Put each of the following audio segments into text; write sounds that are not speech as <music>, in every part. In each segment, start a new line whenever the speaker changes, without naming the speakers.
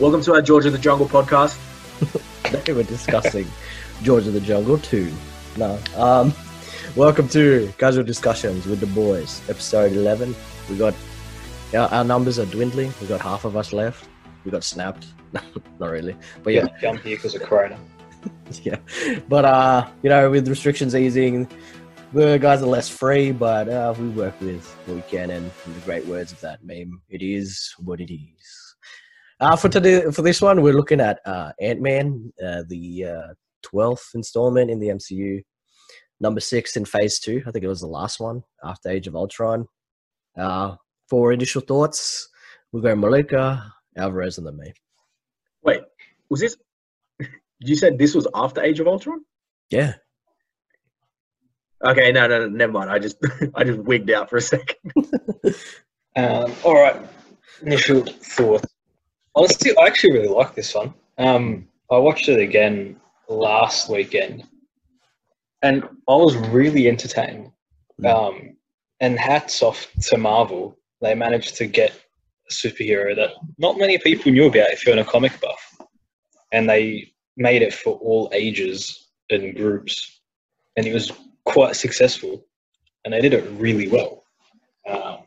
Welcome to our George of the Jungle podcast.
<laughs> Today we're discussing George of the Jungle 2. No. Um, welcome to Casual Discussions with the Boys, episode 11. We got our, our numbers are dwindling. We got half of us left. We got snapped. <laughs> Not really. But yeah,
Yeah. Jump here because of Corona.
<laughs> yeah. But uh, you know, with restrictions easing, the guys are less free, but uh, we work with what we can. And in the great words of that meme, it is what it is. Uh, for today, for this one, we're looking at uh, Ant Man, uh, the twelfth installment in the MCU, number six in Phase Two. I think it was the last one after Age of Ultron. Uh, for initial thoughts, we'll go Malika, Alvarez, and then me.
Wait, was this? You said this was after Age of Ultron?
Yeah,
Okay, no, no, no never mind. I just, <laughs> I just wigged out for a second.
Um, all right. Initial thoughts. Honestly, I actually really like this one. Um, I watched it again last weekend, and I was really entertained. Um, and hats off to Marvel. They managed to get a superhero that not many people knew about if you're in a comic buff. And they made it for all ages and groups. And it was quite successful. And they did it really well. Um,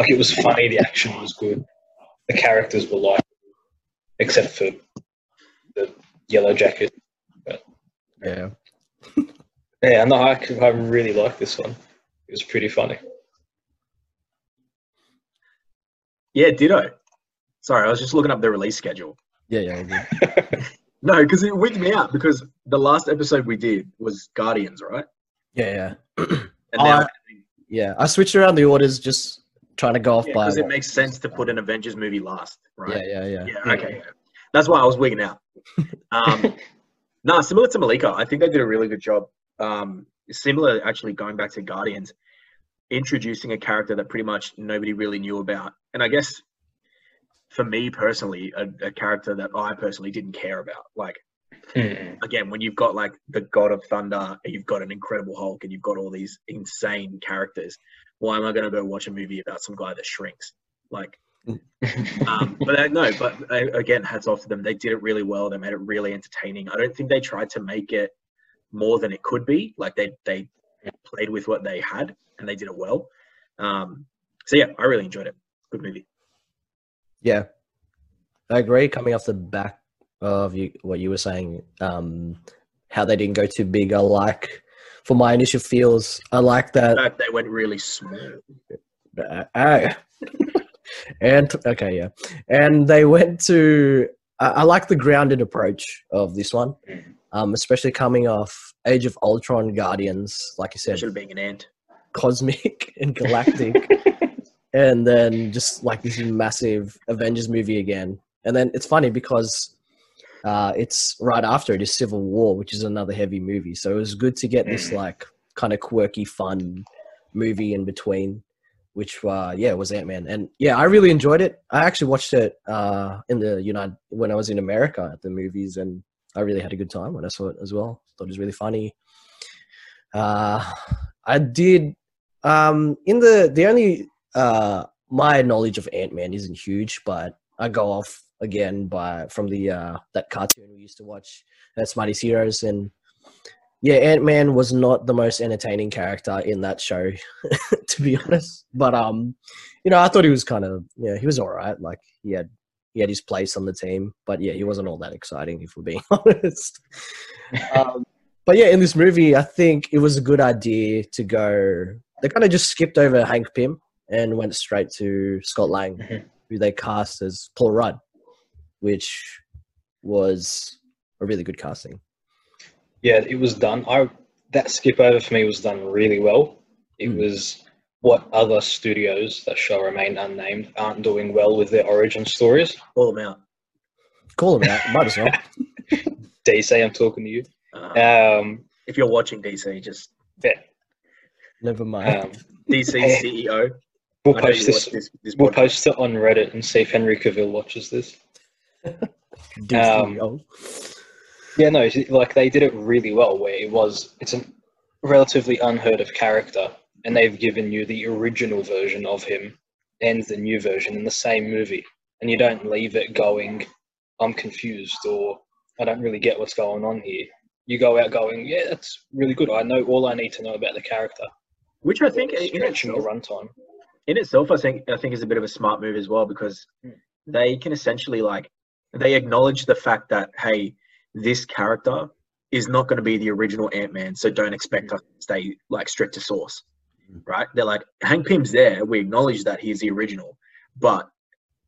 like it was funny, the action was good, the characters were likable, except for the yellow jacket.
yeah.
Yeah, no, I, I really like this one. It was pretty funny.
Yeah, ditto. Sorry, I was just looking up the release schedule.
Yeah, yeah, all good.
No, because it wigged me out because the last episode we did was Guardians, right?
yeah, yeah.
And now,
Oh, Yeah, I switched around the orders just trying to go off by.
because it makes sense to put an Avengers movie last, right?
Yeah, yeah, yeah.
Yeah, okay. yeah. That's why I was wigging out. Um, no, similar to Malika, I think they did a really good job. Um, similar, actually, going back to Guardians, introducing a character that pretty much nobody really knew about. And I guess for me personally, a, a character that I personally didn't care about. Like,
Mm.
again, when you've got like the God of Thunder, and you've got an Incredible Hulk, and you've got all these insane characters, why am I going to go watch a movie about some guy that shrinks? Like, um, but I, no, but I, again, hats off to them. They did it really well. They made it really entertaining. I don't think they tried to make it more than it could be. Like they they played with what they had, and they did it well. Um, so yeah, I really enjoyed it. Good movie.
Yeah. I agree. Coming off the back of you, what you were saying, um, how they didn't go too big. I like, for my initial feels, I like that.
In fact, they went really small.
Uh, <laughs> ah. and okay, yeah, and they went to. I, I like the grounded approach of this one,
Mm-hmm.
Mhm.
um, especially coming off Age of Ultron, Guardians, like you
They
said,
should have been an ant.
cosmic <laughs> and galactic and then just like this massive avengers movie again and then it's funny because uh, it's right after it is civil war which is another heavy movie so it was good to get this
Mm.
like kind of quirky fun movie in between which uh yeah was ant-man and yeah i really enjoyed it i actually watched it uh in the united when i was in america at the movies and i really had a good time when i saw it as well thought it was really funny uh i did um in the the only uh my knowledge of ant-man isn't huge but i go off again by from the uh that cartoon we used to watch that's mighty heroes and yeah ant-man was not the most entertaining character in that show <laughs> to be honest but um you know i thought he was kind of yeah he was all right like he had he had his place on the team but yeah he wasn't all that exciting if we're being <laughs> honest um, but yeah in this movie i think it was a good idea to go they kind of just skipped over hank pym and went straight to scott lang
Mhm.
who they cast as paul rudd which was a really good casting
Yeah, it was done. I that skip over for me was done really well. It
Hmm.
Mm.
was what other studios that shall remain unnamed aren't doing well with their origin stories.
Pull them out.
call him out might as well
DC, I'm talking to you.
Uh,
Um,
if you're watching DC, just
never mind
um, <laughs>
DC
Hey.
CEO.
we'll
E I know you
post this.
watch this, this
We'll
podcast.
post it on Reddit and see if Henry Cavill watches this.
Dude's
um,
CEO.
Yeah, no, it's- like they did it really well. Where it was, it's a relatively unheard of character, and they've given you the original version of him and the new version in the same movie, and you don't leave it going, I'm confused or I don't really get what's going on here. You go out going, yeah, that's really good. I know all I need to know about the character.
Which I think in
stretching the
itself,
runtime.
in itself, I think I think is a bit of a smart move as well because
Mm.
they can essentially like they acknowledge the fact that hey, this character is not going to be the original Ant Man, so don't expect
Hmm.
us to stay like strict to source,
Mm.
right? They're like Hank Pym's there. We acknowledge that he's the original, but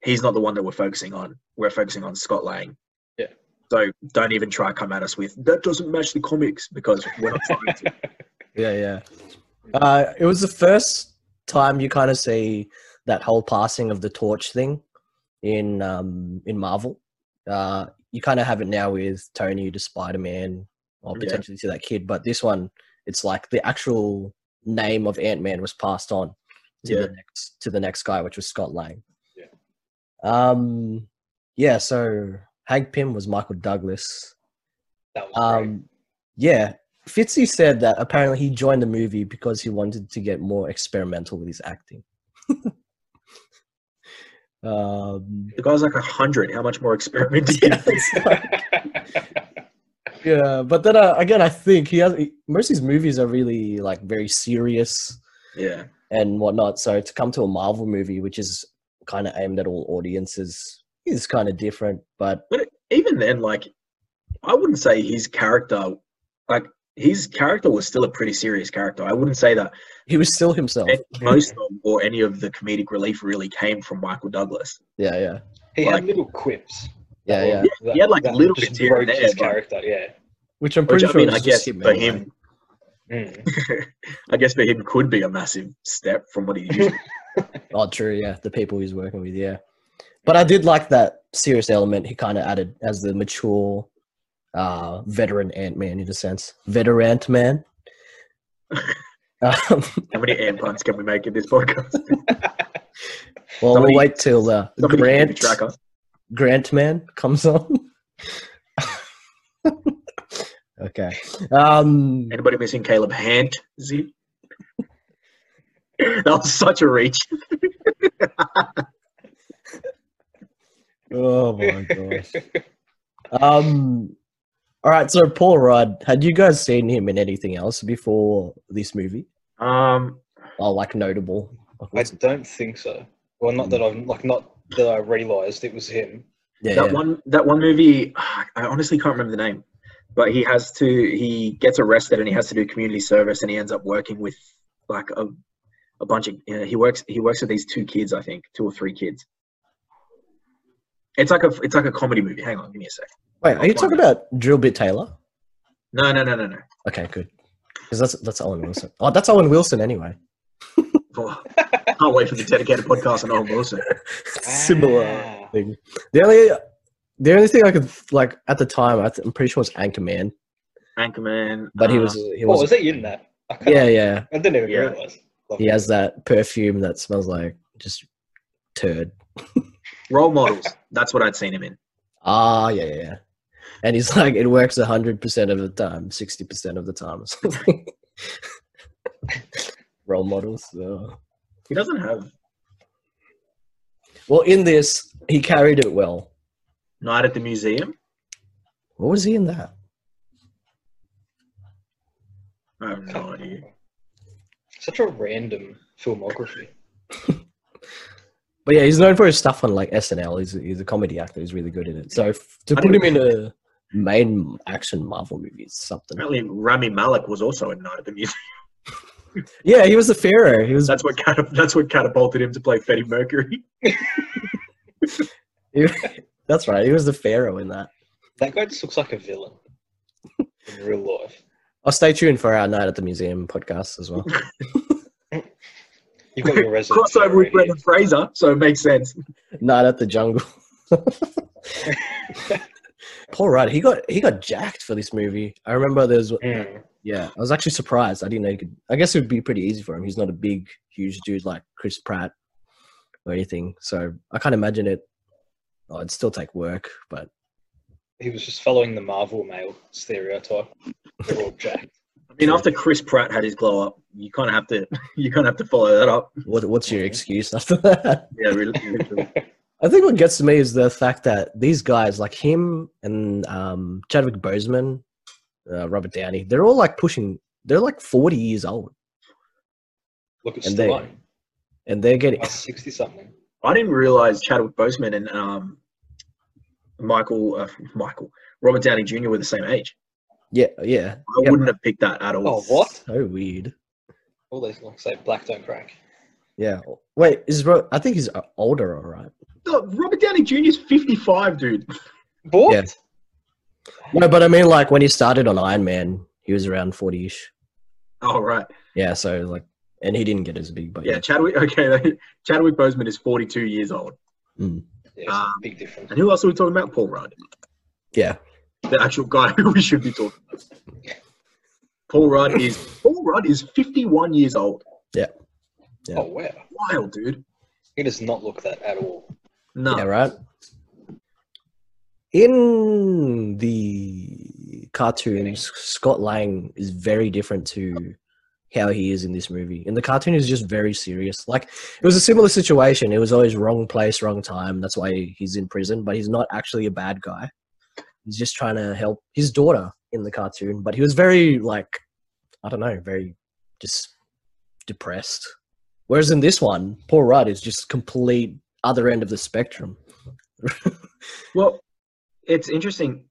he's not the one that we're focusing on. We're focusing on Scott Lang.
Yeah.
So don't even try to come at us with that doesn't match the comics because we're not trying to.
Yeah, yeah. Uh, it was the first time you kind of see that whole passing of the torch thing in um, in Marvel. Uh, you kind of have it now with Tony to Spider Man, or
Yeah.
potentially to that kid. But this one, it's like the actual name of Ant Man was passed on to
Yeah.
the next to the next guy, which was Scott Lang.
Yeah.
Um. Yeah. So Hank Pym was Michael Douglas.
That was great.
Um, yeah, Fitzy said that apparently he joined the movie because he wanted to get more experimental with his acting. <laughs> um,
The guy's like a hundred. How much more experiment do you
yeah, <laughs> it's like- yeah, but then uh, again, I think he has he- most of his movies are really like very serious
Yeah.
and whatnot. So to come to a Marvel movie, which is kind of aimed at all audiences, is kind of different. But
But even then, like, I wouldn't say his character, like, his character was still a pretty serious character. I wouldn't say that
he was still himself.
any- most of them or any of the comedic relief really came from Michael Douglas.
Yeah, yeah,
he
like-
had little quips.
yeah, yeah.
he had, like, little
just
bits here and
broke
there,
His
but-
character, yeah.
Which I'm
Which
pretty
I
sure
mean,
is
I
just
guess
him
for
anyway.
him,
Mm.
I guess for him could be a massive step from what he usually.
Oh, true. Yeah, the people he's working with. Yeah, but I did like that serious element he kind of added as the mature, uh, veteran Ant Man in a sense. Veteran
<laughs>
Ant Man. um,
How
<laughs>
many ant puns can we make in this podcast?
well,
Somebody-
we'll wait till uh,
Somebody give me a
Grant
tracker.
Grant Man comes on. <laughs> okay. Um,
Anybody missing Caleb Hant? Z? <laughs> that was such a reach.
oh my gosh. Um. All right. So Paul Rudd, had you guys seen him in anything else before this movie?
Um,
Oh, like notable. Like,
I
what's-
don't think so. Well, not that
Hmm.
I've like not that I realised it was him.
yeah,
that
yeah.
one that one movie i honestly can't remember the name but he has to he gets arrested and he has to do community service and he ends up working with like a, a bunch of you know, he works he works with these two kids i think two or three kids it's like a it's like a comedy movie hang on give me a sec
Wait, are you talking about Drill Bit Taylor?
no no no no no
Okay, good. Because that's that's Owen Wilson. Oh, that's Owen Wilson anyway.
Oh, can't wait for the dedicated podcast on Owen Wilson.
Similar
Ah.
thing. The only the only thing I could like at the time, I th- I'm pretty sure it was Anchorman,
Anchorman.
but he
uh,
was he
Oh,
was
was that you in that? Oh. I, can't-
yeah yeah.
I didn't even
Yeah.
realise. Love
He
it.
has that perfume that smells like just turd.
role models. That's what I'd seen him in.
Ah yeah yeah. yeah. And he's like, it works hundred percent of the time, sixty percent of the time. or something. <laughs> Role models. oh. so.
He doesn't have.
Well, in this, he carried it well.
Night at the Museum.
What was he in that?
I have no idea.
Such a random filmography.
But yeah, he's known for his stuff on like SNL. He's he's a comedy actor. He's really good in it. So f- to
I
put him
didn't-
in a main action Marvel movie is something.
Apparently, Rami Malek was also in Night at the Museum.
Yeah, he was the Pharaoh. He was
That's what catap- that's what catapulted him to play Freddie Mercury.
he- that's right. He was the Pharaoh in that.
That guy just looks like a villain in real life.
Oh, stay tuned for our night at the museum podcast
<laughs>
as well.
You've got
<laughs>
your resident.
<laughs> Crossover with
theory here.
Brendan Fraser, so it makes sense.
night at the jungle. <laughs> Paul Rudd, he got he got jacked for this movie. I remember there's
Mm.
Yeah, I was actually surprised. I didn't know he could. I guess it would be pretty easy for him. He's not a big, huge dude like Chris Pratt or anything. So I can't imagine it. Oh, it'd still take work, but
He was just following the Marvel male stereotype. They're all jacked.
I mean, after Chris Pratt had his glow up, <laughs> you kind of have to you kind of have to follow that up.
what, what's your excuse <laughs> after that?
Yeah, really. really.
I I think what gets to me is the fact that these guys, like him and um, Chadwick Boseman, uh, Robert Downey, they're all like pushing. They're like forty years old,
Look at
And they-
Stallone.
and they're getting.
That's 60 something.
<laughs> I didn't realize Chadwick Boseman and um, Michael, uh, Michael, Robert Downey Jr. were the same age.
Yeah, yeah.
I
Yep.
wouldn't have picked that at all.
Oh, what?
So weird.
All these like say black don't crack.
Yeah. Wait, is Ro- I think he's uh, older, all right.
No, Robert Downey Jr.'s 55, dude.
What?
Yeah. No, but I mean, like when he started on Iron Man, he was around forty-ish.
Oh, right.
Yeah. So like, and he didn't get as big, but
Yeah, Chadwick. <laughs> Okay, Chadwick Boseman is 42 years old.
Yeah, it's a
Um,
big difference.
And who else are we talking about? Paul Rudd,
yeah.
the actual guy <laughs> who we should be talking. About. Paul Rudd is Paul Rudd is 51 years old.
Yeah.
Oh, wow.
Wild, dude.
He does not look that at all.
No,
Yeah, right. In the cartoons, Scott Lang is very different to how he is in this movie. In the cartoon, he's just very serious. Like it was a similar situation. It was always wrong place, wrong time. That's why he's in prison. But he's not actually a bad guy. He's just trying to help his daughter in the cartoon. But he was very like, I don't know, very just depressed. Whereas in this one, Paul Rudd is just complete other end of the spectrum. <laughs>
Well, it's interesting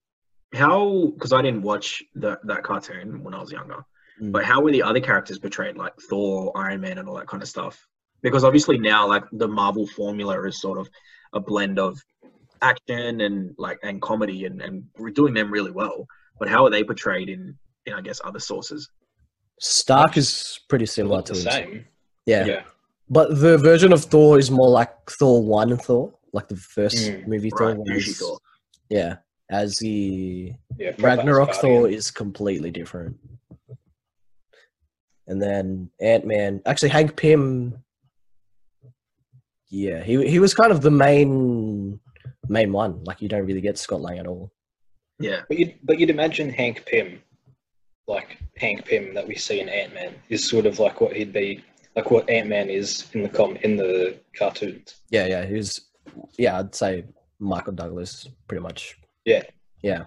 how because I didn't watch the, that cartoon when I was younger,
Mm.
but how were the other characters portrayed, like Thor, Iron Man, and all that kind of stuff? Because obviously now, like the Marvel formula is sort of a blend of action and like and comedy, and and we're doing them really well. But how are they portrayed in, in I guess, other sources?
Stark is pretty
They
similar
look
to
the
him.
same.
Yeah.
Yeah.
but the version of Thor is more like Thor One Thor, like the first
Mm,
movie Thor.
Right,
was-
Douchey Thor.
Yeah, as the
Yeah. proper
Ragnarok Thor
Asgardian.
is completely different. And then Ant Man, actually Hank Pym. Yeah, he he was kind of the main main one. Like you don't really get Scott Lang at all.
Yeah,
But you'd, but you'd imagine Hank Pym, like Hank Pym that we see in Ant Man, is sort of like what he'd be, like what Ant Man is in the com in the cartoons. <laughs>
Yeah, yeah, he was. Yeah, I'd say Michael Douglas pretty much.
Yeah.
yeah.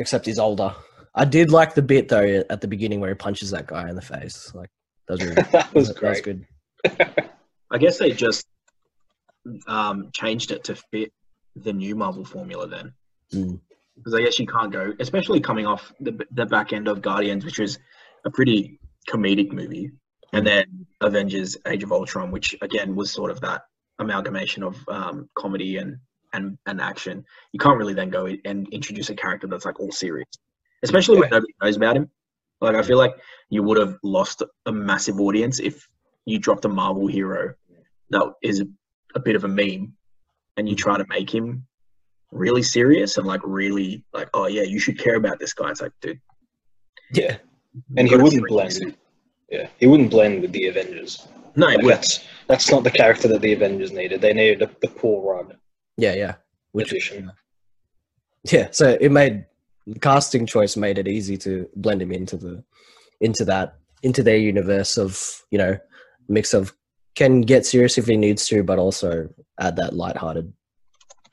Except he's older. I did like the bit though at the beginning where he punches that guy in the face. Like that was really,
<laughs> that was
that
great.
good.
I guess they just um, changed it to fit the new Marvel formula then.
Mm.
Because I guess you can't go, especially coming off the, the back end of Guardians, which was a pretty comedic movie, and then Avengers Age of Ultron, which again was sort of that amalgamation of um, comedy and, and, and action. You can't really then go in and introduce a character that's like all serious, especially when nobody knows about him. Like, I feel like you would have lost a massive audience if you dropped a Marvel hero that is a bit of a meme and you try to make him really serious and like really like oh yeah you should care about this guy it's like dude
Yeah. And
you've
he
got to
wouldn't
treat this-
blend. Yeah, he wouldn't blend with the Avengers.
no
Like
it would.
that's that's not the character that the Avengers needed. They needed a, the Paul Rudd
Yeah, yeah. Which
edition.
yeah, so it made the casting choice made it easy to blend him into the into that into their universe of you know mix of can get serious if he needs to, but also add that lighthearted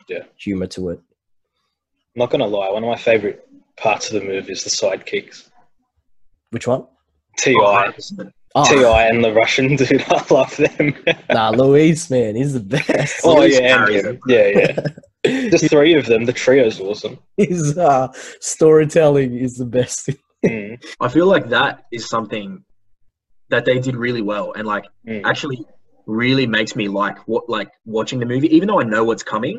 Yeah.
humor to it.
I'm not gonna lie, one of my favorite parts of the movie is the sidekicks.
Which one?
Ti,
Oh,
Ti, and the Russian <laughs> dude. I love them. <laughs>
nah, Luis, man, he's the best.
oh
Luis
yeah,
carries
and,
it.
yeah, yeah. The
<laughs>
three of them, the trio's awesome.
his uh, storytelling is the best. <laughs> thing.
Mm,
i feel like that is something that they did really well and like
mm.
actually really makes me like what like watching the movie even though i know what's coming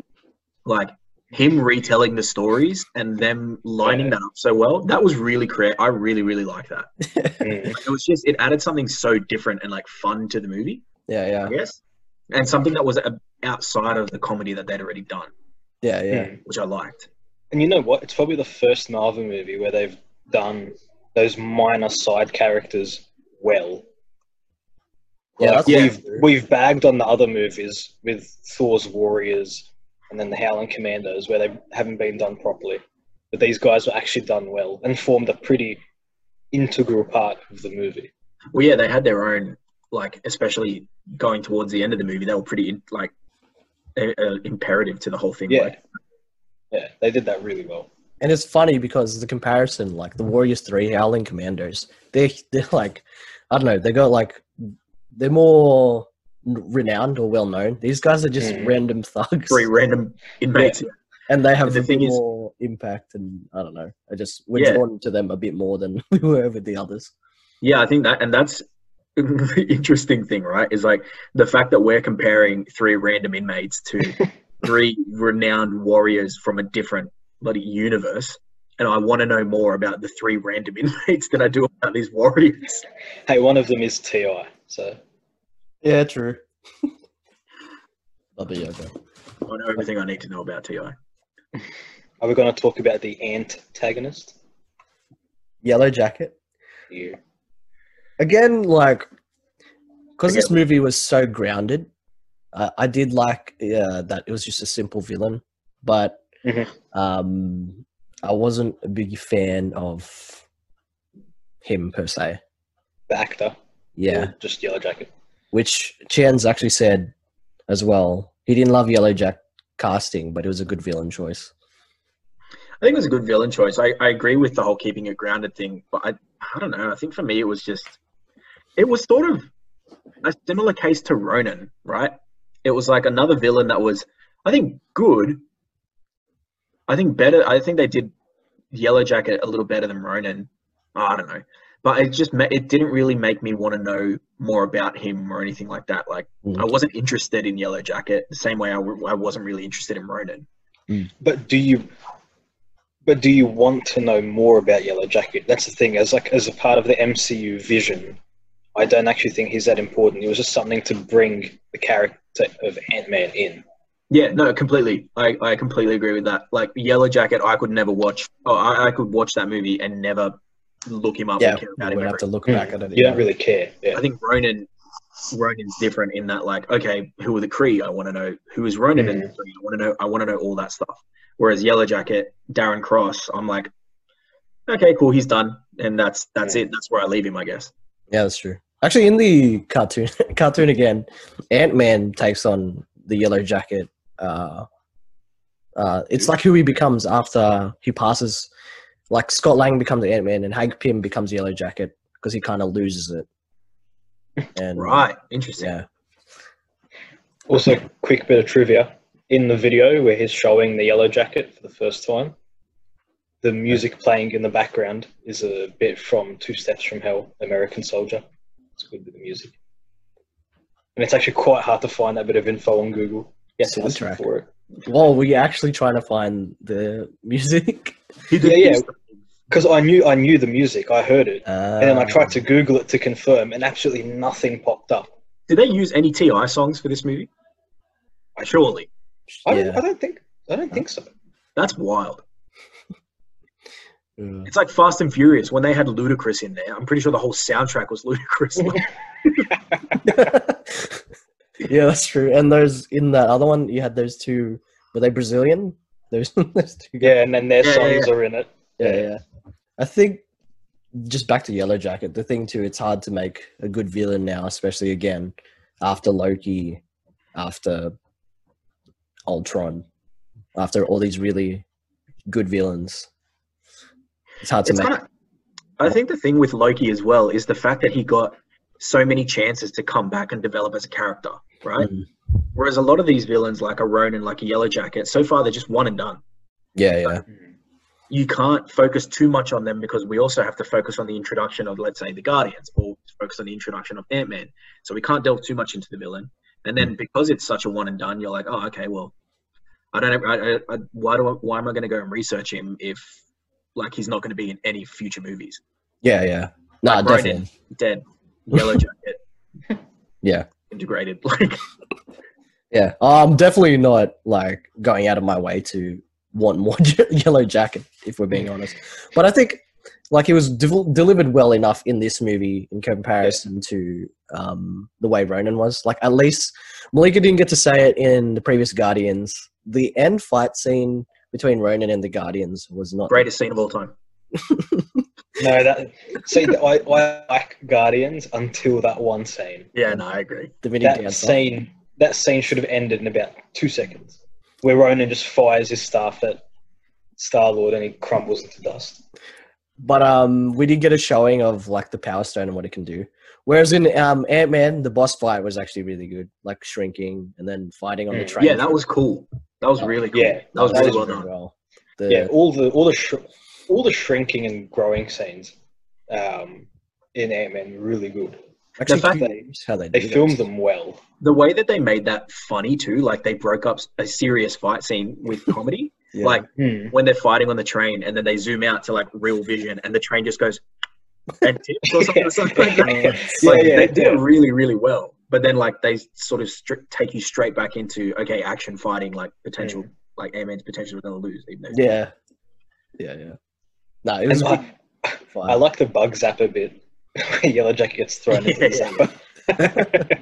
like him retelling the stories and them lining that up so well that was really creative i really really like that
Mm.
it was just it added something so different and like fun to the movie
Yeah,
I
yeah,
guess, and something that was a- outside of the comedy that they'd already done,
yeah, yeah.
Mm.
which I liked.
And you know what? It's probably the first Marvel movie where they've done those minor side characters well.
Yeah,
like
that's- yeah.
we've we've bagged on the other movies with Thor's Warriors and then the Howling Commandos where they haven't been done properly. But these guys were actually done well and formed a pretty integral part of the movie.
Well, yeah, they had their own like, especially going towards the end of the movie, they were pretty in- like uh, uh, imperative to the whole thing.
Yeah.
Like,
Yeah, they did that really well.
And it's funny because the comparison, like the Warriors Three Howling Commandos, they they're like, I don't know, they got like, they're more renowned or well known. These guys are just
Mm.
random thugs,
three random inmates.
<laughs> and they have
the
a
thing
bit
is-
more impact. And I don't know, I just we're
Yeah.
drawn to them a bit more than <laughs> we were with the others.
Yeah, I think that, and that's <laughs> the interesting thing, right? Is like the fact that we're comparing three random inmates to three renowned warriors from a different bloody universe. And I want to know more about the three random <laughs> inmates than I do about these warriors.
Hey, one of them is Ti, so
Yeah, true. I'll be over.
I know everything I need to know about Ti.
Are we going to talk about the antagonist?
Yellow Jacket.
Yeah.
again like because
Again.
this movie was so grounded uh, i did like yeah, that it was just a simple villain but
Mhm.
Mm-hmm.
um i wasn't a big fan of him per se
The actor.
yeah
Or Just Yellow Jacket.
which chan's actually said as well he didn't love yellow jack casting but it was a good villain choice
I think it was a good villain choice. I, I agree with the whole keeping it grounded thing, but I, I don't know. I think for me, it was just, it was sort of a similar case to Ronan, right? It was like another villain that was, I think, good. I think better. I think they did Yellow Jacket a little better than Ronan. I don't know. But it just ma- it didn't really make me want to know more about him or anything like that. Like
Mm.
I wasn't interested in Yellow Jacket the same way I, w- I wasn't really interested in Ronan.
But do you? But do you want to know more about Yellow Jacket? That's the thing. As like as a part of the MCU vision, I don't actually think he's that important. It was just something to bring the character of Ant Man in.
Yeah, no, completely. I, I completely agree with that. Like Yellow Jacket, I could never watch. Oh, I, I could watch that movie and never look him up
yeah
and care about
we'd
him.
have
Ever.
to look
Mm.
back at it
You
yeah.
don't really care. Yeah.
I think Ronan, Ronan's different in that. Like, okay, who are the Kree? I want to know who is Ronan
Mm.
and the Kree. I want to know. I want to know all that stuff. Whereas Yellow Jacket, Darren Cross, I'm like, okay, cool, he's done, and that's that's
Yeah.
it. That's where I leave him, I guess.
Yeah, that's true. Actually, in the cartoon, <laughs> cartoon again, Ant Man takes on the Yellow Jacket. Uh, uh, it's like who he becomes after he passes. Like Scott Lang becomes Ant Man, and Hank Pym becomes Yellow Jacket because he kind of loses it.
<laughs>
And
Right, interesting.
yeah,
Also, quick bit of trivia. In the video where he's showing the yellow jacket for the first time, the music playing in the background is a bit from Two Steps from Hell, American Soldier. It's good with the music. And it's actually quite hard to find that bit of info on Google. You have to listen
Soundtrack.
for it.
well, we're actually trying to find the <laughs> music.
He did
Yeah, yeah.
this-
Because I knew I knew the music, I heard it.
Uh,
And then I tried to Google it to confirm and absolutely nothing popped up.
Did they use any Ti songs for this movie? Surely,
I don't,
Yeah.
I don't think I don't think so.
that's wild.
Mm. <laughs>
It's like Fast and Furious when they had Ludacris in there. I'm pretty sure the whole soundtrack was Ludacris.
yeah, that's true. And those in that other one, you had those two. Were they Brazilian? <laughs> Those, those two guys.
Yeah, and then their
Yeah, yeah,
songs are in it.
yeah, yeah. I think just back to Yellow Jacket, the thing too, it's hard to make a good villain now, especially again after Loki, after Ultron, after all these really good villains. It's hard to
It's
make.
kinda- I think the thing with Loki as well is the fact that he got so many chances to come back and develop as a character, right?
Mm.
Whereas a lot of these villains, like a Ronin, like a Yellow Jacket, so far they're just one and done.
Yeah, yeah,
You can't focus too much on them because we also have to focus on the introduction of, let's say, the Guardians, or focus on the introduction of Ant Man. So we can't delve too much into the villain. And then because it's such a one and done, you're like, oh, okay, well, I don't. I, I, I, why do I, Why am I going to go and research him if, like, he's not going to be in any future movies?
yeah, yeah. Nah,
Like Ronin.
definitely.
Dead, <laughs> yellow jacket,
Yeah.
integrated. <laughs> Like,
Yeah, I'm definitely not like going out of my way to want more <laughs> Yellow Jacket, if we're being honest. But I think like it was devel- delivered well enough in this movie in comparison to um, the way Ronan was. Like at least Malika didn't get to say it in the previous Guardians. The end fight scene between Ronan and the Guardians was not
greatest scene of all time.
No, that see, I, I like Guardians until that one scene.
Yeah, no, I agree.
the video
That
downside.
scene that scene should have ended in about two seconds, where Ronan just fires his staff at Star Lord and he crumbles into dust.
But um, we did get a showing of like the Power Stone and what it can do. Whereas in um, Ant Man, the boss fight was actually really good, like shrinking and then fighting on the
Mm.
train.
Yeah, that was cool. That was really cool.
Yeah,
that was
that
really
was
well done.
well. The,
yeah, all the all the shr- all the shrinking and growing scenes um, in Ant Man were really good.
actually,
fact
cute
that
how they,
They
did it.
filmed them well.
The way that they made that funny too, like they broke up a serious fight scene with
<laughs>
comedy.
Yeah. <laughs>
Like <laughs>
Hmm.
when they're fighting on the train and then they zoom out to like real vision and the train just goes and tips or something, something like that. Like,
Yeah, yeah,
they did
yeah.
it really, really well. But then like they sort of stri- take you straight back into okay, action fighting, like potential, like Ant Man's potential going to lose. Even though
yeah, yeah, yeah. No, it was
And
a
I,
good fight.
I like the bug zapper bit. <laughs> Yellow Jacket gets thrown into the
Yeah,
zapper.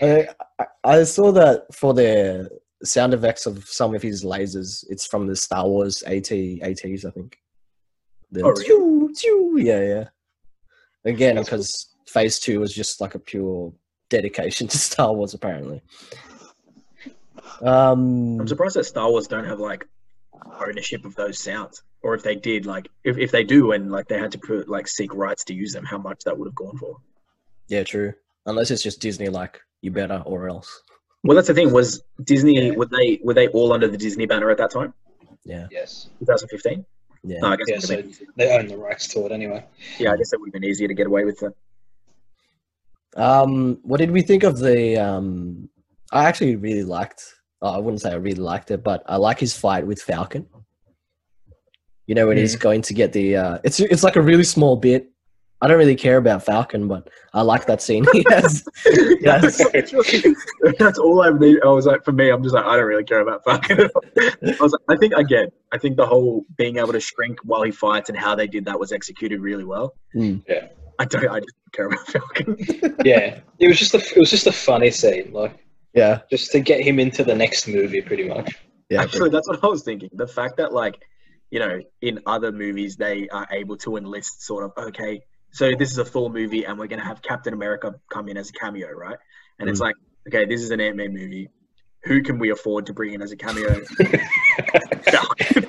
I, I- I saw that for the sound effects of some of his lasers, it's from the Star Wars AT ATs, I think. The
Oh, really?
tshoo, tshoo, yeah, yeah. Again,
That's
because Phase Two was just like a pure dedication <laughs> to Star Wars, apparently. Um,
I'm surprised that Star Wars don't have like ownership of those sounds, or if they did, like if, if they do, and like they had to put like seek rights to use them, how much that would have gone for.
yeah, true. Unless it's just Disney, like you better or else.
Well, that's the thing. Was Disney
Yeah.
were they were they all under the Disney banner at that time,
Yeah,
yes.
2015?
yeah.
No, I guess it
Yeah,
would've
so
been-
they own the rights to it anyway.
yeah, I guess it would have been easier to get away
<laughs>
with it.
Um, what did we think of the? Um, I actually really liked. Oh, I wouldn't say I really liked it, but I like his fight with Falcon. You know when he's going to get the. Uh, it's it's like a really small bit. I don't really care about Falcon, but I like that scene <laughs> he has. Yes.
<laughs> That's all I need. I was like, for me, I'm just like, I don't really care about Falcon. at all. I was like, I think again, I think the whole being able to shrink while he fights and how they did that was executed really well.
Mm.
Yeah.
I don't. I just don't care about Falcon.
yeah, it was just a it was just a funny scene, like
Yeah,
just to get him into the next movie, pretty much.
yeah,
Actually, that's what I was thinking. The fact that like, you know, in other movies they are able to enlist sort of okay, so this is a full movie and we're gonna have Captain America come in as a cameo, right? And it's
Mm.
like, okay, this is an Ant Man movie. Who can we afford to bring in as a
<laughs>
cameo? Falcon.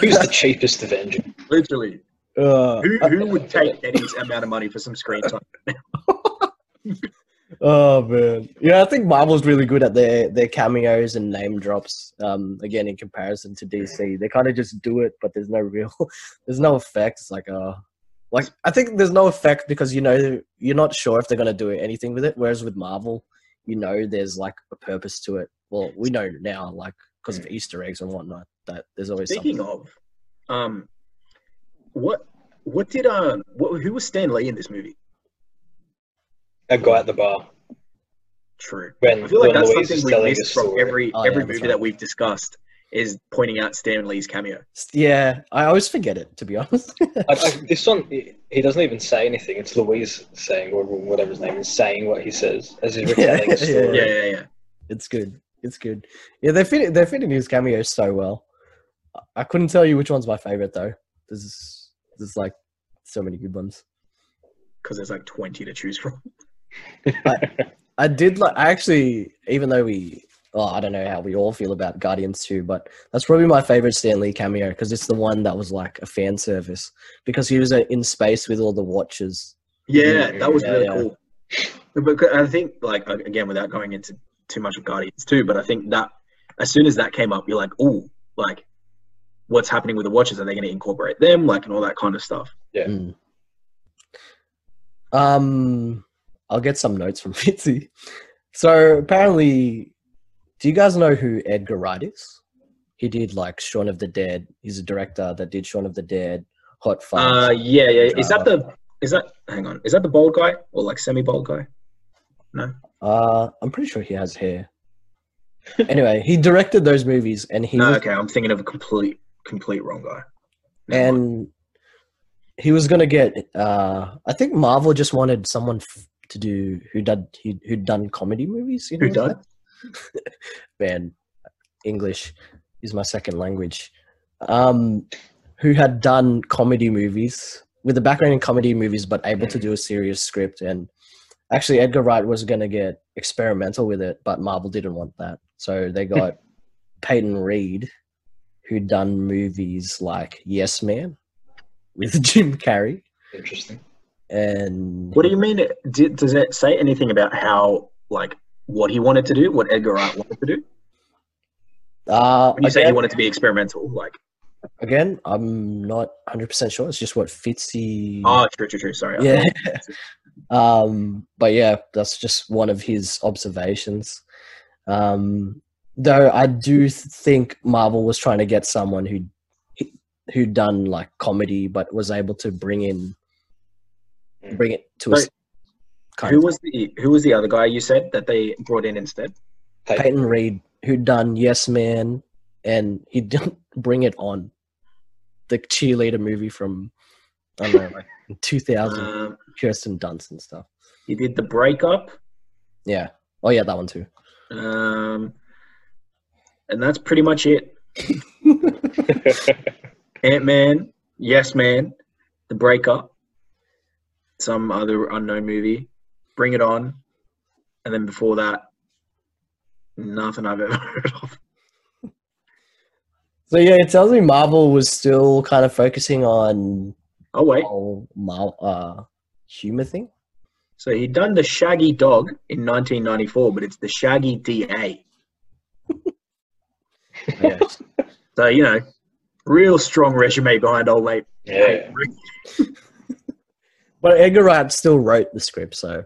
Who's the cheapest Avenger?
Literally,
Uh,
who, who would take Eddie's amount of money for some screen
<laughs>
time?
oh man, yeah. I think Marvel's really good at their their cameos and name drops. Um, again, in comparison to DC, they kind of just do it, but there's no real, <laughs> there's no effect. It's like uh like I think there's no effect because you know you're not sure if they're gonna do anything with it. Whereas with Marvel, you know there's like a purpose to it. Well, we know now, like because of Easter eggs and whatnot, that there's always
Speaking
something.
of, um, what what did um what, who was Stan Lee in this movie?
A guy at the bar.
True.
When,
I feel like
when
that's
Louise is
something we
telling his
missed from
story.
every
Oh, yeah,
every
that's
movie
right.
that we've discussed is pointing out Stan Lee's cameo.
Yeah, I always forget it to be <laughs> honest.
I, I, this one, he he doesn't even say anything. It's Louise saying, or whatever his name is, saying what he says as he's retelling
<laughs>
his
Yeah,
story.
Yeah, yeah, yeah.
It's good. It's good. Yeah, they fit they fit in his cameos so well. I- I couldn't tell you which one's my favorite though. There's there's like so many good ones.
Because there's like 20 to choose from.
I did like. I actually, even though we, oh, I don't know how we all feel about Guardians Two, but that's probably my favorite Stanley cameo because it's the one that was like a fan service because he was uh, in space with all the Watchers.
Yeah, that was
<laughs> Yeah,
really
yeah.
cool. But I think, like, again, without going into too much of Guardians too, but I think that as soon as that came up, you're like, oh, like, what's happening with the Watchers? Are they going to incorporate them? Like, and all that kind of stuff.
Mm. Um, I'll get some notes from <laughs> Fitzy. So apparently, do you guys know who Edgar Wright is? He did like Shaun of the Dead. He's a director that did Shaun of the Dead, Hot
Uh,
Fuzz.
yeah, yeah. Is that
Driver.
the, is that, hang on, is that the bald guy or like semi bald guy?
Uh, I'm pretty sure he has hair. <laughs> anyway, he directed those movies, and he
No,
was,
okay, I'm thinking of a complete, complete wrong guy. Never mind.
and he was gonna get. Uh, I think Marvel just wanted someone f- to do who done who who done comedy movies. You know
who
what
done?
that- man, English is my second language. Um, who had done comedy movies with a background in comedy movies, but able to do a serious script, and Actually, Edgar Wright was going to get experimental with it, but Marvel didn't want that. So
<laughs>
they got Peyton Reed, who'd done movies like Yes Man with <laughs> Jim Carrey.
Interesting.
And
What do you mean? It, did, does it say anything about how, like, what he wanted to do, what Edgar Wright wanted to do?
uh,
When you say he
again-
wanted to be experimental, like,
again, I'm not 100% sure. It's just what Fitzy.
oh, true, true, true. Sorry. I
yeah.
thought-
um, but yeah, that's just one of his observations. Um, though I do th- think Marvel was trying to get someone who who done like comedy, but was able to bring in bring it to a
So,
s- kind
Who
of
was the Who was the other guy you said that they brought in instead?
Peyton.
Peyton Reed who done Yes Man, and he didn't bring it on the cheerleader movie from I don't know like 2000
Um,
Kirsten Dunst and stuff.
he did the breakup,
Yeah. Oh yeah, that one too.
um, and that's pretty much <laughs> it. Ant Man, Yes Man, The Breakup, some other unknown movie, Bring It On, and then before that, nothing I've ever <laughs> heard of.
So yeah, it tells me Marvel was still kind of focusing on
Oh wait,
all Mar- uh, humor thing.
so he'd done the Shaggy Dog in 1994, but it's the Shaggy DA.
Yeah.
So you know, real strong resume behind old mate.
Yeah.
<laughs> but Edgar Wright still wrote the script, so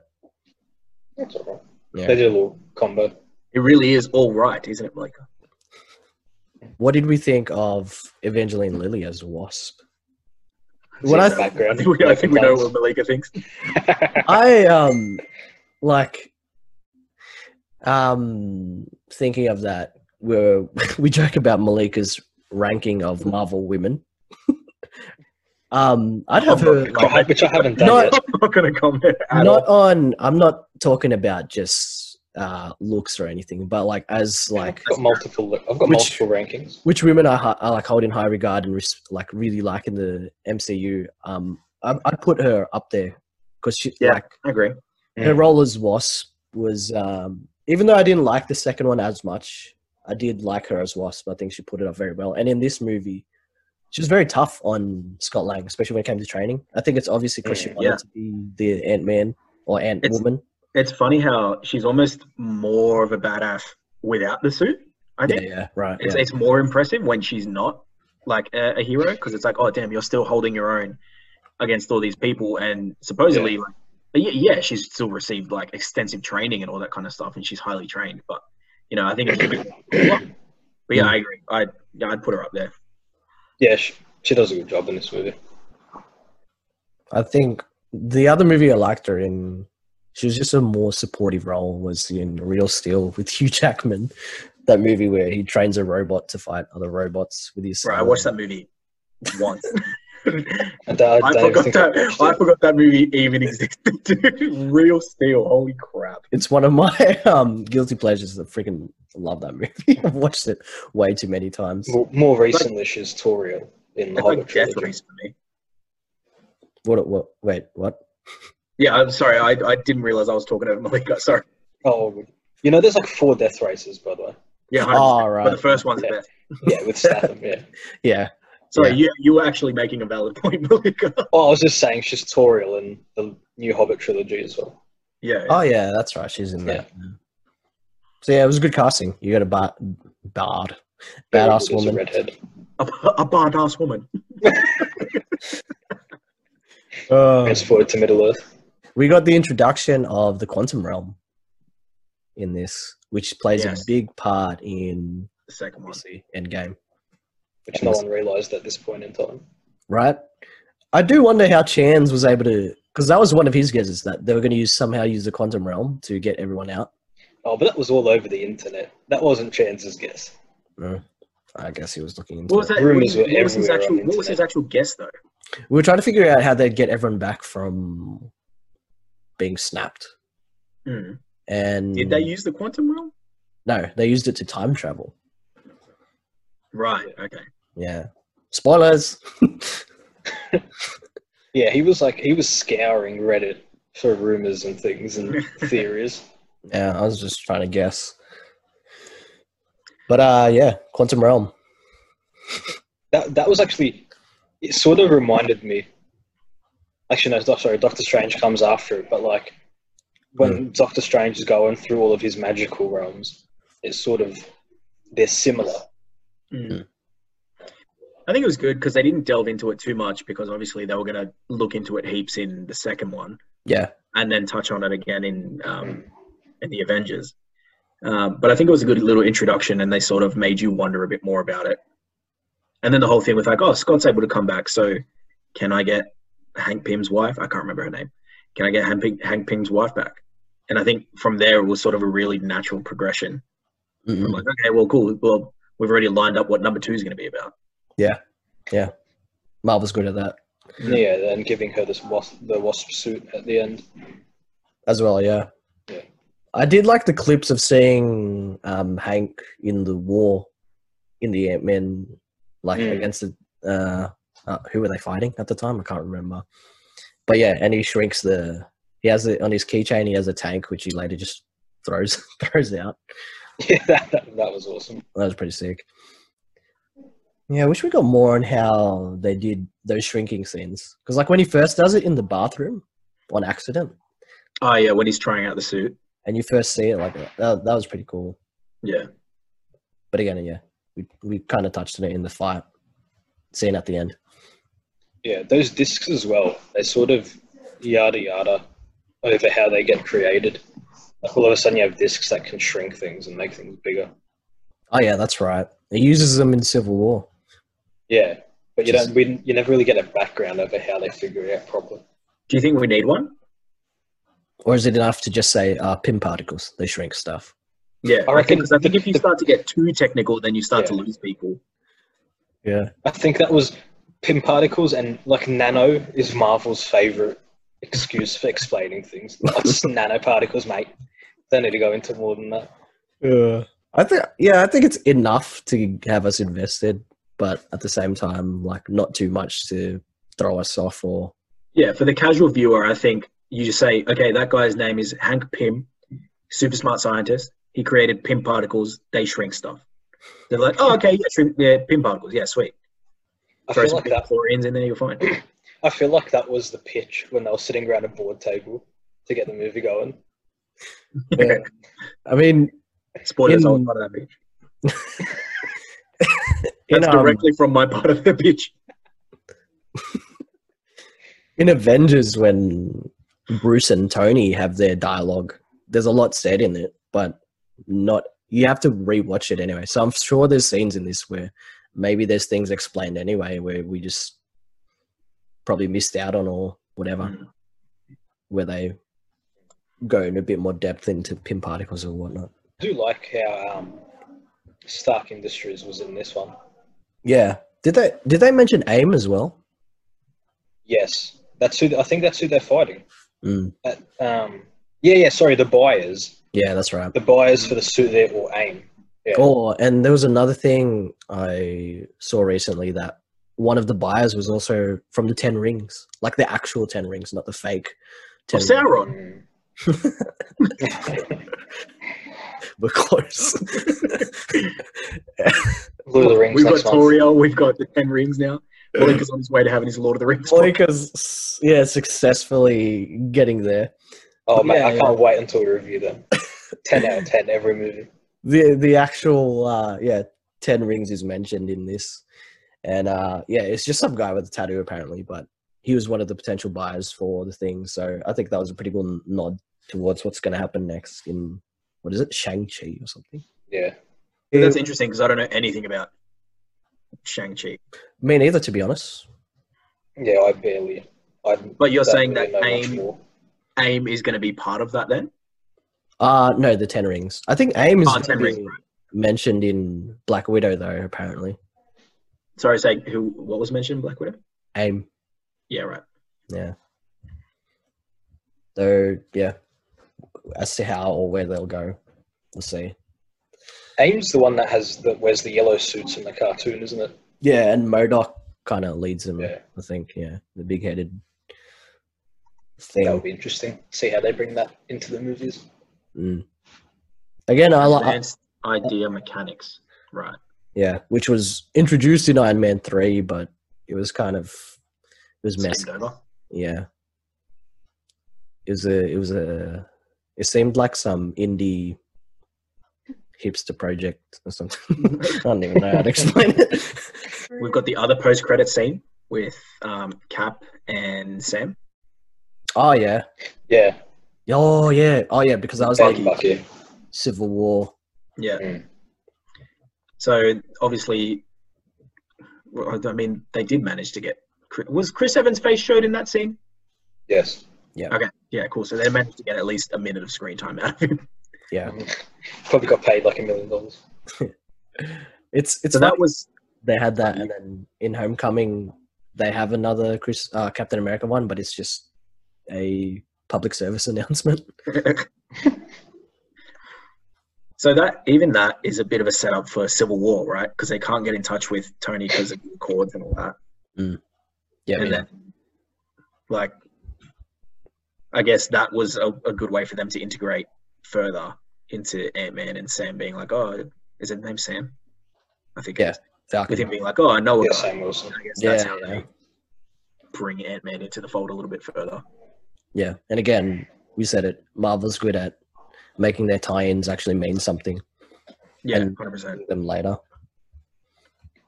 That's all right.
Yeah.
They did a little combo.
It really is all right, isn't it, Blake?
what did we think of Evangeline Lilly as Wasp? When I
I
Same
<laughs>
background.
I think we, I think we know
<laughs>
what Malika thinks.
I um like um thinking of that where <laughs> we joke about Malika's ranking of Marvel women. <laughs> um I'd have her like,
Comment, which I haven't done
No,
<laughs> I'm not going to comment at all.
not on I'm not talking about just uh looks or anything, but like as
yet.
like
I've got multiple. I've got
Which-
multiple rankings.
which women I, hi- I like hold in high regard and res- like really like in the MCU. Um, I, I'd put her up there because she
Yeah. Mm.
like
I agree.
her role as Wasp was um, even though I didn't like the second one as much, I did like her as Wasp. I think she put it up very well. And in this movie, she was very tough on Scott Lang, especially when it came to training. I think it's obviously because she
Mm,
wanted
yeah.
to be the Ant Man or Ant
It's-
Woman.
It's funny how she's almost more of a badass without the suit. I
Yeah,
think
yeah, right.
it's,
yeah.
it's more impressive when she's not like a, a hero because it's like, oh damn, you're still holding your own against all these people, and supposedly, like, but yeah, yeah, she's still received like extensive training and all that kind of stuff, and she's highly trained. But you know, I think it's. but yeah, I agree. I yeah, I'd put her up there.
Yeah, she, she does a good job in this movie.
I think the other movie I liked her in, she was just a more supportive role, was in Real Steel with <laughs> Hugh Jackman. That movie where he trains a robot to fight other robots with his.
Right, I watched that movie once.
And I,
I
don't
forgot
think I
that.
watched
I
it.
forgot that movie even existed. <laughs> dude. Real Steel. Holy crap!
It's one of my <laughs> um, guilty pleasures. I freaking love that movie. <laughs> I've watched it way too many times.
More- More recently, she's Toriel in
It's
the Hobbit
like death
trilogy.
race for me.
What? What? Wait, what?
Yeah, I'm sorry. I, I didn't realize I was talking over Malika. <laughs> Sorry.
Oh, you know, there's like four death races, by the way.
Yeah, I
Oh,
but the
right.
first one's the
Yeah.
best.
Yeah,
<laughs>
with Statham. Yeah.
Yeah.
Sorry,
Yeah.
you you were actually making a valid <laughs> point, Malika.
Oh, I was just saying she's Toriel in the new Hobbit trilogy as well.
Yeah.
Oh, yeah, that's right. She's in that. So, yeah, it was good casting. You got a bar- bard. Badass
There's a
woman.
redhead.
A, a badass woman.
Oh.
Transported to Middle Earth.
we got the introduction of the quantum realm in this, which plays
Yes.
a big part in
The second one.
obviously Endgame,
Which no one realised at this point in time.
right? I do wonder how Chans was able to, because that was one of his guesses that they were going to use somehow use the quantum realm to get everyone out.
Oh, but that was all over the internet. That wasn't Chance's guess.
No, I guess he was looking into.
What was
it.
that?
Rumors
what was,
were
what was his
everywhere
actual?
on
What was his
internet.
actual guess though?
We were trying to figure out how they'd get everyone back from being snapped,
Hmm.
and
Did they use the quantum realm?
no, they used it to time travel.
Right. Okay.
Yeah, spoilers.
Yeah, he was like he was scouring Reddit sort of rumors and things
<laughs>
and theories.
Yeah, I was just trying to guess. But uh, yeah, Quantum Realm.
That that was actually it sort of reminded me. Actually, no, sorry. Doctor Strange comes after it, but like when Doctor Strange is going through all of his magical realms, it's sort of they're similar.
Mm. I think it was good because they didn't delve into it too much because obviously they were going to look into it heaps in the second one
Yeah,
and then touch on it again in um, in the Avengers. Um, but I think it was a good little introduction, and they sort of made you wonder a bit more about it. And then the whole thing with like, oh, Scott's able to come back, so can I get Hank Pym's wife? I can't remember her name. Can I get Hank, Pym, Hank Pym's wife back? And I think from there it was sort of a really natural progression. I'm
Mm-mm.
like, okay, well, cool. Well, we've already lined up what number two is going to be about.
Marvel's good at that
Mm.
Yeah, then giving her this wasp, the wasp suit at the end. <laughs>
as well. Yeah,
Yeah.
I did like the clips of seeing um, Hank in the war in the Ant Man, like
Mm.
against the uh, uh, who were they fighting at the time? I can't remember. But yeah, and he shrinks the. He has it on his keychain. He has a tank, which he later just throws <laughs> throws out.
Yeah, that, that, that was awesome.
That was pretty sick. Yeah, I wish we got more on how they did those shrinking scenes. Because, like, when he first does it in the bathroom on accident,
Oh yeah, when he's trying out the suit.
and you first see it, like, that, that was pretty cool.
Yeah.
But again, yeah, we, we kind of touched on it in the fight scene at the end.
Yeah, those discs as well. They sort of yada yada over how they get created. Like all of a sudden, you have discs that can shrink things and make things bigger.
Oh, yeah, that's right. He uses them in Civil War.
Yeah, but you
Just-
don't. We, you never really get a background over how they figure it out properly.
Do you think we need one?
Or is it enough to just say uh, pin particles? They shrink stuff.
Yeah,
I
I
reckon
think, 'cause I think if you
the-
start to get too technical, then you start to
Yeah.
lose people.
Yeah.
I think that was pin particles and like nano is Marvel's favorite excuse for explaining things. Like just nanoparticles, mate. Don't need to go into more than that.
Yeah. I think yeah, I think it's enough to have us invested, but at the same time, like not too much to throw us off or
Yeah, for the casual viewer, I think you just say, okay, that guy's name is Hank Pym, super smart scientist. He created Pym particles. They shrink stuff. They're like, oh, okay, yeah, shrink, yeah Pym particles. Yeah, sweet.
I
Throw
feel
some
like that.
chlorines in there, you're fine.
I feel like that was the pitch when they were sitting around a board table to get the movie going.
Yeah. I mean
Spoilers, I was
In-
part of that pitch.
<laughs>
in,
That's
um,
directly from my part of the pitch.
in Avengers when Bruce and Tony have their dialogue, there's a lot said in it, but not you have to rewatch it anyway. So I'm sure there's scenes in this where maybe there's things explained anyway where we just probably missed out on or whatever.
Mm.
where they go in a bit more depth into pin particles or whatnot.
I do like how um, Stark Industries was in this one.
Yeah. Did they did they mention aim as well?
Yes, that's who. I think that's who they're fighting.
Mm.
That, um, yeah, yeah. Sorry, the buyers.
Yeah, that's right.
The buyers for the suit there or AIM. Yeah.
Oh, and there was another thing I saw recently that one of the buyers was also from the Ten Rings, like the actual Ten Rings, not the fake.
Of
Ten Rings.
Sauron.
Mm.
We're close. <laughs>
Lord of the Rings
We've got
next month.
Toriel. We've got the Ten Rings now. Blink is on his way to having his Lord of the Rings.
Moika's yeah, successfully getting there.
Oh man,
Yeah,
I can't wait until we review them. ten out of ten every movie.
the the actual uh yeah ten rings is mentioned in this and uh yeah it's just some guy with a tattoo apparently but he was one of the potential buyers for the thing so i think that was a pretty good nod towards what's going to happen next in what is it shang-chi or something
Yeah.
That's interesting because I don't know anything about Shang-Chi.
me neither to be honest
Yeah, I barely I
But you're
don't
saying
really
that
know much
AIM,
more.
AIM is going to be part of that then?
uh no the ten rings i think aim is
Oh, Ten
gonna be
Rings,
mentioned in black widow though apparently
Sorry, say who? What was mentioned? Black Widow.
aim
Yeah, right.
yeah so yeah as to how or where they'll go we'll see
AIM's the one that has the wears the yellow suits in the cartoon, isn't it?
Yeah, and Modoc kind of leads him.
Yeah.
I think. Yeah, the big-headed
That would
thing.
be interesting. See how they bring that into the movies.
Mm. Again, I like
Advanced idea mechanics. Right.
yeah, which was introduced in Iron Man three, but it was kind of it was messy.
Skipped over.
Yeah, it was a it was a it seemed like some indie hipster project or something. <laughs> I don't even know how to explain it. <laughs>
We've got the other post credit scene with um, Cap and Sam.
Oh yeah,
Yeah.
oh yeah, oh yeah, because I was like
Thank you, Bucky.
Civil War.
Yeah.
Mm.
So obviously, well, I mean, they did manage to get. Was Chris Evans' face showed in that scene?
Yes.
Yeah, cool. So they managed to get at least a minute of screen time out of him.
Yeah,
Probably got paid like a million dollars.
it's it's
So
funny
that was
they had that, and then in Homecoming they have another Chris uh, Captain America one, but it's just a public service <laughs> announcement.
so that even that is a bit of a setup for Civil War, right? Because they can't get in touch with Tony because of the cords and all that.
Yeah,
and then, like, I guess that was a, a good way for them to integrate further into Ant Man and Sam being like, oh, is his name Sam? I think it
Yeah.
is.
Falcon.
with him being like, oh, I know a
Yeah,
guy.
Sam Wilson.
I guess that's
Yeah,
how
yeah.
they bring Ant Man into the fold a little bit further.
Yeah, and again, we said it. Marvel's good at making their tie-ins actually mean something
Yeah,
And-
hundred percent.
to them later.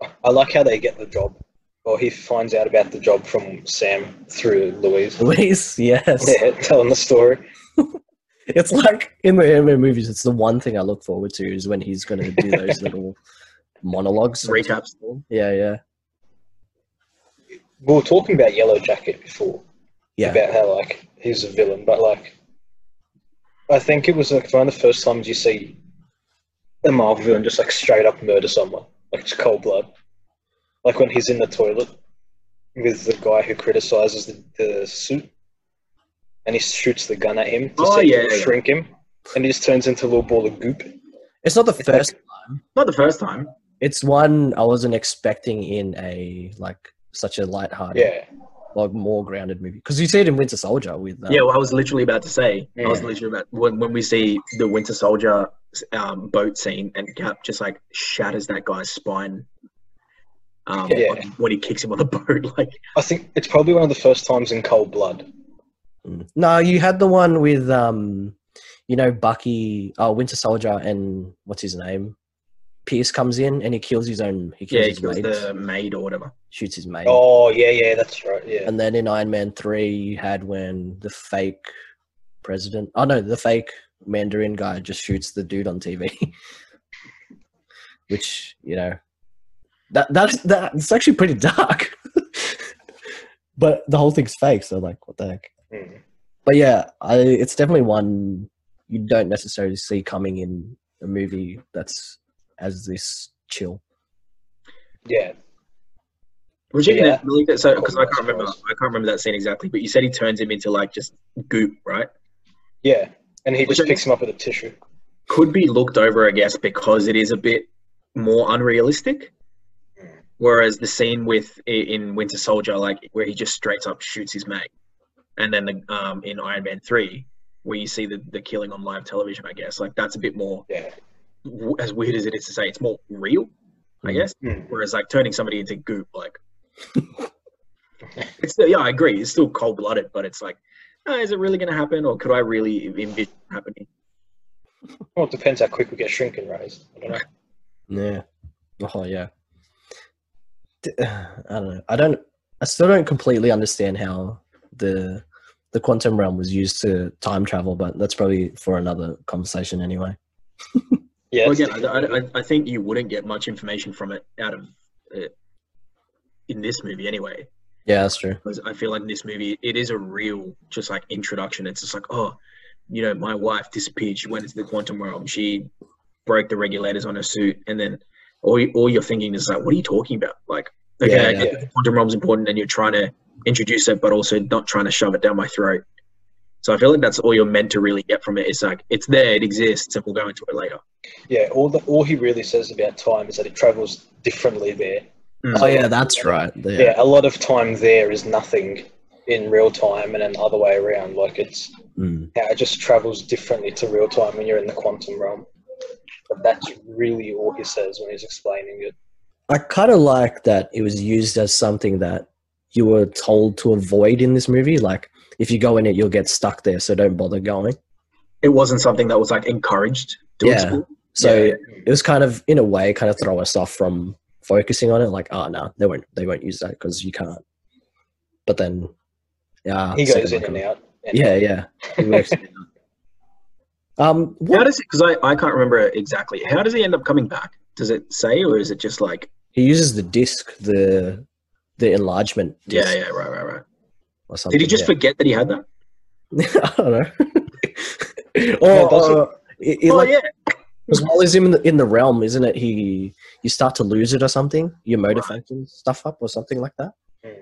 <laughs>
I like how they get the job. Well, he finds out about the job from Sam through Louise.
Louise, yes,
<laughs> Yeah, telling the story.
it's like in the anime movies. It's the one thing I look forward to is when he's going to do those little monologues.
Recaps.
Yeah, yeah,
We were talking about Yellow Jacket before.
Yeah.
About how like he's a villain, but like I think it was like one of the first times you see a Marvel villain just like straight up murder someone. Like it's cold blood. Like when he's in the toilet with the guy who criticizes the, the suit and he shoots the gun at him to
Oh,
see
yeah,
if
yeah.
it'll shrink him. And he just turns into a little ball of goop.
it's not the first
Not the first time.
It's one I wasn't expecting in a like such a light-hearted,
Yeah.
like more grounded movie. Because you see it in Winter Soldier with um,
Yeah, well, I was literally about to say. I was
Yeah.
literally about when, when we see the Winter Soldier um, boat scene and Cap just like shatters that guy's spine. Um,
Yeah.
when- when he kicks him on the <laughs> boat, like
I think it's probably one of the first times in cold blood.
Mm. No, you had the one with um, you know, Bucky, oh, Winter Soldier, and what's his name? Pierce comes in and he kills his own. He kills
yeah, he
his
kills
mate,
the maid or whatever.
shoots his mate.
Oh yeah, yeah, that's right. Yeah.
And then in Iron Man three, you had when the fake president. Oh no, the fake Mandarin guy just shoots the dude on TV, <laughs> which you know, that that's that. It's actually pretty dark, <laughs> but the whole thing's fake. So like, what the heck?
Mm.
but yeah, I, it's definitely one you don't necessarily see coming in a movie that's as this chill.
Yeah,
Was you
Yeah.
gonna really good? So because I
Cold
can't remember,
Blood.
I can't remember that scene exactly. But you said he turns him into like just goop, right?
yeah. And he
Which
just
I
picks him up with a tissue.
Could be looked over, I guess, because it is a bit more unrealistic.
Mm.
Whereas the scene with i- in Winter Soldier, like where he just straight up shoots his mate, and then the, um, in Iron Man three, where you see the, the killing on live television, I guess, like that's a bit more
Yeah,
w- as weird as it is to say, it's more real, I
Mm.
guess.
Mm.
Whereas like turning somebody into goop, like it's still, yeah, I agree. It's still cold blooded, but it's like, uh, is it really going to happen, or could I really envision it happening?
Well, it depends how quick we get shrink and raise. I don't know.
Yeah. Oh yeah. D- <sighs> I don't know. I don't. I still don't completely understand how the the quantum realm was used to time travel, but that's probably for another conversation anyway.
Yeah,
Well,
it's
again, I, I,
different.
I- I think you wouldn't get much information from it out of it in this movie anyway.
Yeah, that's true.
Because I feel like in this movie, it is a real just like introduction. It's just like, oh, you know, my wife disappeared. She went into the quantum realm. She broke the regulators on her suit, and then all you, all you're thinking is like, what are you talking about? Like, okay,
Yeah,
I
yeah.
get that the quantum realm's important, and you're trying to introduce it, but also not trying to shove it down my throat. So I feel like that's all you're meant to really get from it. It's like it's there, it exists, and we'll go into it later.
yeah. All the all he really says about time is that it travels differently there.
Mm.
Oh yeah, that's right. Yeah.
Yeah, a lot of time there is nothing in real time and then the other way around. Like it's
Mm.
how it just travels differently to real time when you're in the quantum realm. But that's really all he says when he's explaining it.
I kind of like that it was used as something that you were told to avoid in this movie. Like, if you go in it, you'll get stuck there, so don't bother going.
It wasn't something that was like encouraged to
Yeah.
explore.
So <laughs>
Yeah.
it was kind of, in a way, kind of throw us off from focusing on it. Like, oh no, they won't, they won't use that because you can't. But then, yeah,
He
so
goes
like
in and
a-
out. And
Yeah, yeah, it works. um, what
How does it? Because I, I can't remember exactly. How does he end up coming back? Does it say, or is it just like
he uses the disc, the the enlargement disc
yeah, yeah, right, right, right?
or something.
Did he just
yeah.
forget that he had that?
<laughs> I
<laughs>
don't know.
No,
or,
that's
or it, it
oh
like,
yeah,
as well as him in the, in the realm, isn't it? He you start to lose it or something. Your motor
Right.
functions stuff up or something like that.
Mm.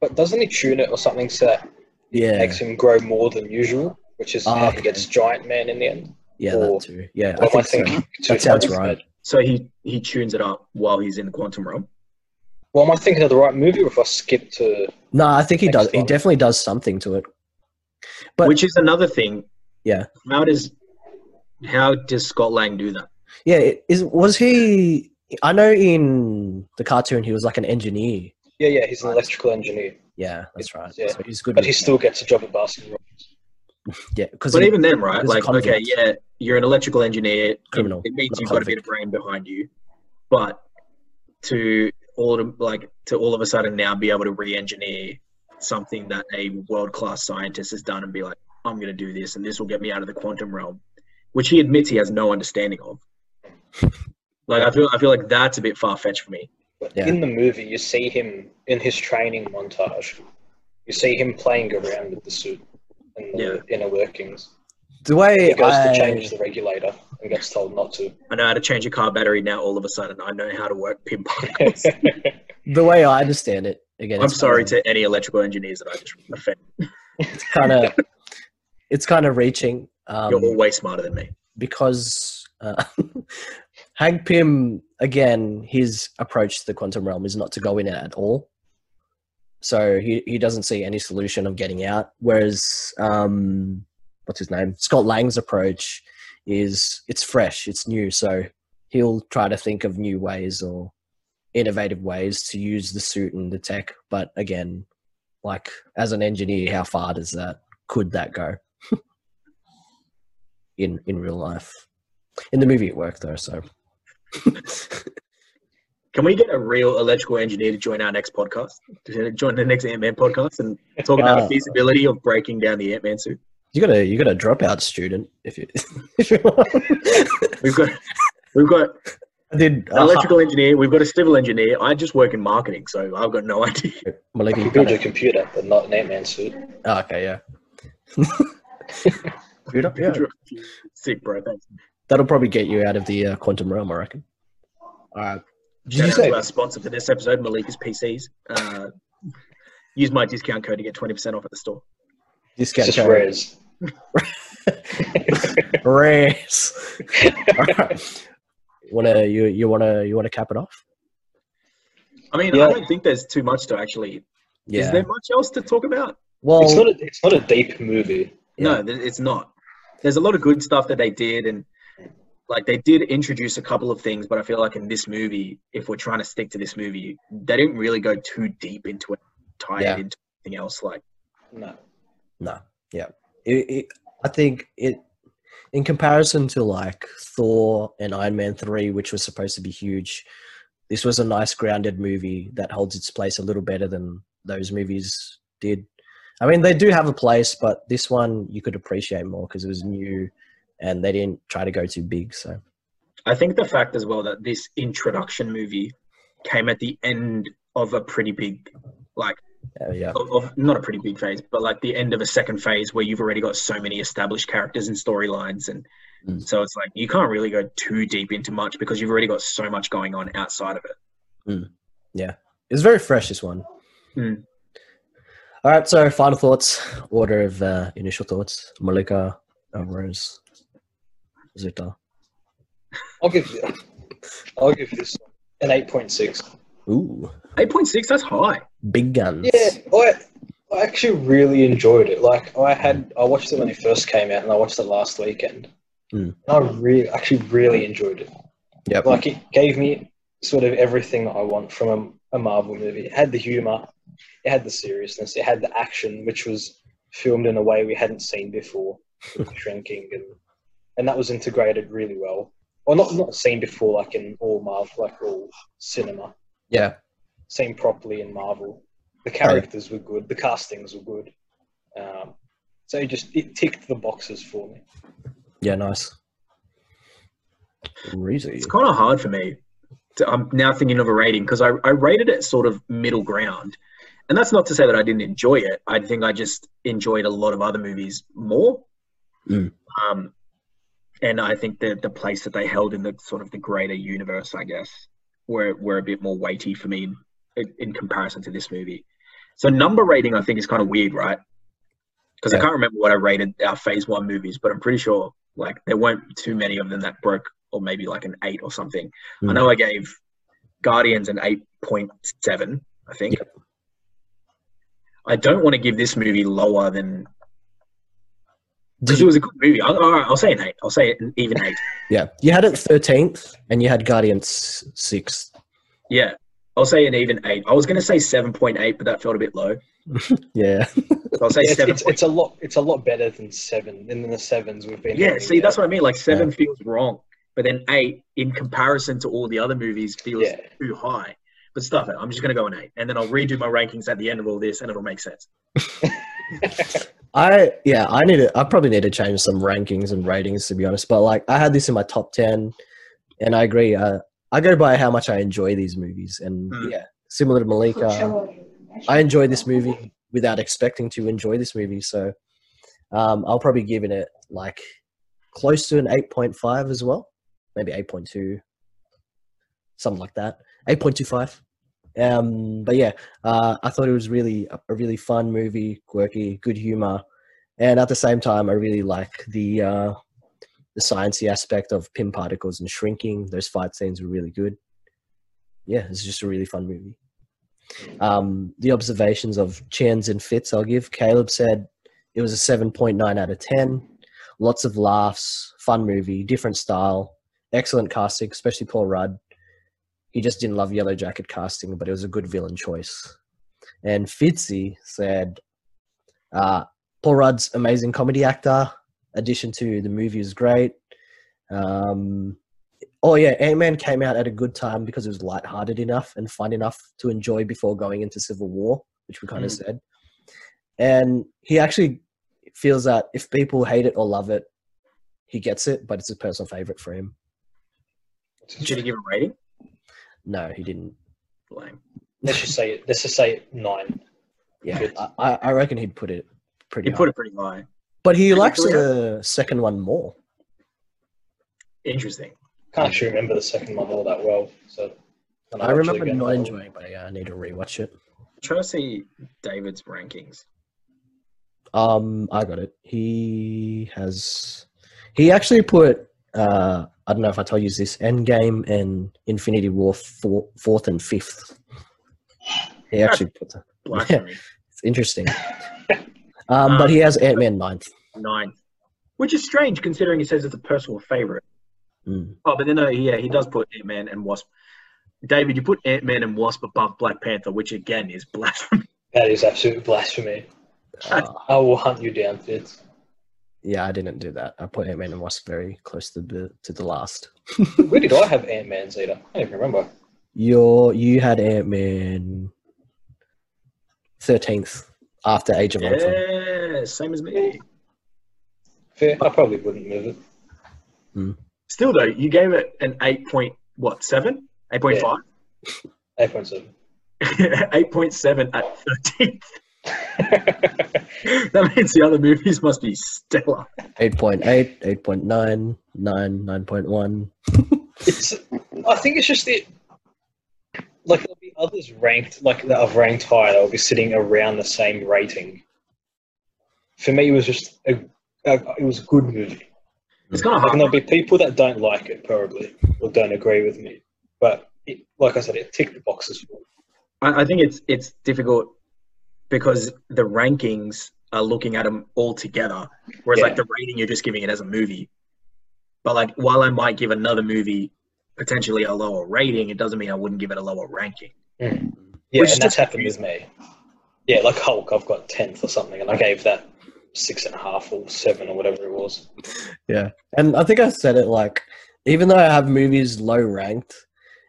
But doesn't he tune it or something so that
Yeah,
makes him grow more than usual, which is
Ah,
how
okay.
he gets giant man in the end.
yeah,
or-
that too. Yeah, I
Or
think so.
two
That
<laughs>
sounds
times.
right.
So he he tunes it up while he's in the quantum realm.
Well, am I thinking of the right movie or if I skip to
No, I think he
Next
does. He
one.
definitely does something to it. But-
which is another thing.
Yeah.
How does how does Scott Lang do that?
Yeah, it- is was he? I know in the cartoon he was like an engineer.
Yeah, yeah, he's an
Right.
electrical engineer,
Yeah, that's right.
Yeah.
So he's good.
but
But
he still gets a job at basketball.
yeah, because
But even then, right?
there's a
Like, okay,
conflict.
yeah, you're an electrical engineer. it-
Criminal,
It means
not
you've got a bit of brain behind you, but to all of, like to all of a sudden now be able to re-engineer something that a world-class scientist has done and be like, I'm going to do this, and this will get me out of the quantum realm, which he admits he has no understanding
<laughs>
of. Like, I feel I feel like that's a bit far-fetched for me.
But
Yeah.
in the movie, you see him in his training montage. You see him playing around with the suit and the
Yeah.
inner workings.
the way
He goes
I,
to change the regulator and gets told not to.
I know how to change a car battery now. All of a sudden, I know how to work pin
<laughs>
particles.
yeah,
the way I understand it again.
I'm
it's
sorry
kinda-
to any electrical engineers that I just offend.
It's kind of it's kind of reaching. Um,
You're all way smarter than me.
because uh, <laughs> Hank Pym again, his approach to the quantum realm is not to go in it at all. So he, he doesn't see any solution of getting out. Whereas um, what's his name Scott Lang's approach is it's fresh, it's new. So he'll try to think of new ways or innovative ways to use the suit and the tech. But again, like as an engineer, how far does that could that go? in in real life. In the movie, it worked though. So
Can we get a real electrical engineer to join our next podcast? To join the next Ant Man podcast and talk about
Uh.
the feasibility of breaking down the Ant Man suit.
you got a you got a dropout student if you. <laughs> If you
We've got <laughs> we've got
I did
Uh-huh.
an electrical engineer, we've got a civil engineer. I just work in marketing, so I've got no <laughs> idea.
I
Maliki,
can build a computer, but not an Ant-Man suit.
oh, okay, yeah. Good up, yeah.
<laughs> Sick, bro. Thanks.
That'll probably get you out of the uh, quantum realm, I reckon. All right. Did
Shout
you
out
say?
to our sponsor for this episode, Malika's PCs. Uh, use my discount code to get twenty percent off at the store.
It's
Discount
just
code.
rares. <laughs>
Rares. All right. Wanna you you wanna you wanna cap it off?
I mean,
Yeah.
I don't think there's too much to actually. Is
Yeah.
there much else to talk about?
Well,
It's not a, it's not a deep movie.
No, th- it's not. There's a lot of good stuff that they did, and like they did introduce a couple of things, but I feel like in this movie, if we're trying to stick to this movie, they didn't really go too deep into it, tie
Yeah.
it into anything else. Like,
No.
No. Yeah. It, it, I think it, in comparison to like Thor and Iron Man 3, which was supposed to be huge, this was a nice grounded movie that holds its place a little better than those movies did. I mean, they do have a place, but this one you could appreciate more because it was new and they didn't try to go too big. So,
I think the fact as well that this introduction movie came at the end of a pretty big, like,
uh, yeah.
of, of not a pretty big phase, but like the end of a second phase where you've already got so many established characters and storylines, and
Mm.
so it's like you can't really go too deep into much because you've already got so much going on outside of it.
It's very fresh, this one.
Mm.
All right. So, final thoughts, order of uh, initial thoughts Malika, uh, Rose, Zuta.
I'll give you, I'll give this an eight point six.
Ooh.
Eight point six, that's high.
Big guns.
Yeah, I I actually really enjoyed it. Like I had, I watched it when it first came out, and I watched it last weekend.
Mm.
And I really, actually, really enjoyed it.
Yep.
Like it gave me sort of everything that I want from a, a Marvel movie. It had the humor, it had the seriousness, it had the action, which was filmed in a way we hadn't seen before,
<laughs>
with the shrinking, and and that was integrated really well. Well, not not seen before, like in all Marvel, like all cinema,
yeah.
seen properly in Marvel.
Oh,
The characters were good, the castings were good. Um, so it just it ticked the boxes for me.
Yeah, nice. Breezy.
It's kind of hard for me. To, I'm now thinking of a rating because I, I rated it sort of middle ground. And that's not to say that I didn't enjoy it. I think I just enjoyed a lot of other movies more.
Mm.
Um, and I think that the place that they held in the sort of the greater universe, I guess, were, were a bit more weighty for me in, in, in comparison to this movie. So number rating, I think, is kind of weird, right? Because I
Yeah.
can't remember what I rated our Phase One movies, but I'm pretty sure like there weren't too many of them that broke or maybe like an eight or something. I
Hmm.
Mm.
know I gave Guardians an eight point seven, I think. I don't want to give this movie lower than
Did
because it was a good movie. I, all right, I'll say an eight. I'll say an even eight.
Yeah, you had it thirteenth, and you had Guardians sixth.
Yeah, I'll say an even eight. I was going to say seven point eight, but that felt a bit low.
Yeah,
So I'll say
It's,
seven.
it's, it's a lot. It's a lot better than seven. Than the sevens we've been.
yeah,
having
see, that's
now.
what I mean. Like seven feels wrong, but then eight in comparison to all the other movies feels
Yeah.
too high. But stuff it. I'm just going to go an eight, and then I'll redo my rankings at the end of all this, and it'll make sense.
I yeah, I need to. I probably need to change some rankings and ratings to be honest. But like, I had this in my top ten, and I agree. Uh, I go by how much I enjoy these movies, and
Hmm.
yeah, similar to Malika, I enjoyed this movie without expecting to enjoy this movie. So, um, I'll probably give it like close to an eight point five as well, maybe eight point two, something like that, eight point two five. Um, but yeah, uh, I thought it was really a really fun movie, quirky, good humor, and at the same time, I really like the uh, the sciencey aspect of pin particles and shrinking. Those fight scenes were really good. Yeah, it's just a really fun movie. Um, the observations of Chans and Fitz, I'll give. Caleb said it was a seven point nine out of ten. Lots of laughs, fun movie, different style, excellent casting, especially Paul Rudd he just didn't love Yellow Jacket casting, but it was a good villain choice. And Fitzy said, uh, Paul Rudd's amazing comedy actor. Addition to the movie is great. Um, oh, yeah, Ant Man came out at a good time because it was lighthearted enough and fun enough to enjoy before going into Civil War, which we kind of
Mm.
said. And he actually feels that if people hate it or love it, he gets it, but it's a personal favorite for him.
Should you give a rating?
No, he didn't.
Lame.
Let's just say it. Let's just say it nine.
Yeah,
Good.
I- I, I reckon he'd put it pretty.
You
high.
put it pretty high.
but he
pretty
likes
high.
the second one more.
Interesting.
Can't actually remember the second one all that well. So and
I
I'll
remember
actually go
not
and-
enjoying, but yeah, I need to rewatch it.
Try to see David's rankings.
Um, I got it. He has, he actually put. Uh, I don't know if I told you this. Endgame and Infinity War four, fourth and fifth. He actually put that.
Blasphemy.
It's interesting. Um, but he has Ant Man ninth.
Nine. Which is strange considering he says it's a personal favorite.
Mm.
Oh, but then, no, yeah, he does put Ant Man and Wasp. David, you put Ant Man and Wasp above Black Panther, which again is <laughs> blasphemy.
That is absolute blasphemy.
Uh,
I will hunt you down, Fitz.
yeah, I didn't do that. I put Ant Man and Wasp very close to the to the last.
Where did I have Ant Man's either? I don't even remember.
Your you had Ant Man thirteenth after Age of Ultron.
Yeah, same as me.
Fair. I probably wouldn't move it.
Still though, you gave it an eight point what seven? Eight point five? <laughs>
Eight point seven.
Eight point seven at thirteenth.
<laughs>
<laughs>
I
That means the other movies must be stellar.
8.8, 8.9, 9, 9.1.
think it's just the like there'll be others ranked like that I've ranked higher. They'll be sitting around the same rating. For me, it was just a, a it was a good movie.
It's kind of
Like, and
hard.
there'll be people that don't like it probably or don't agree with me, but it, like I said, it ticked the boxes for me.
I, I think it's it's difficult because the rankings are looking at them all together, whereas
Yeah.
like the rating you're just giving it as a movie. But like while I might give another movie potentially a lower rating, it doesn't mean I wouldn't give it a lower ranking.
Yeah,
Which
and that's
just-
happened with me. Yeah, like Hulk, I've got ten for something, and I gave that six and a half or seven or whatever it was.
And I think I said it like, even though I have movies low ranked,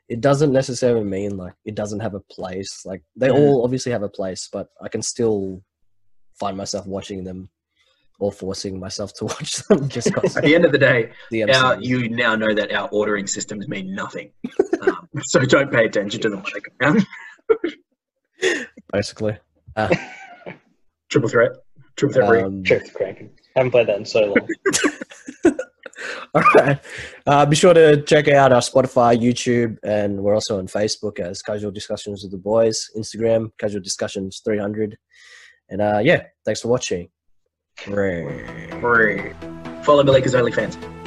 it doesn't necessarily mean like it doesn't have a place. Like they
Mm.
all obviously have a place, but I can still find myself watching them or forcing myself to <laughs> watch them just because
At the end of the day,
the
our,
MCU.
you now know that our ordering systems mean nothing. um, <laughs> so don't pay attention to them when they come down. <laughs>
basically.
Triple threat. Triple threat. re-
Um, <laughs>
Check the Kraken. Haven't played that in so long.
All right. Uh, be sure to check out our Spotify, YouTube, and we're also on Facebook as Casual Discussions with the Boys, Instagram, Casual Discussions 300. And uh, yeah, thanks for watching. Rare.
re- Follow the Lakers OnlyFans.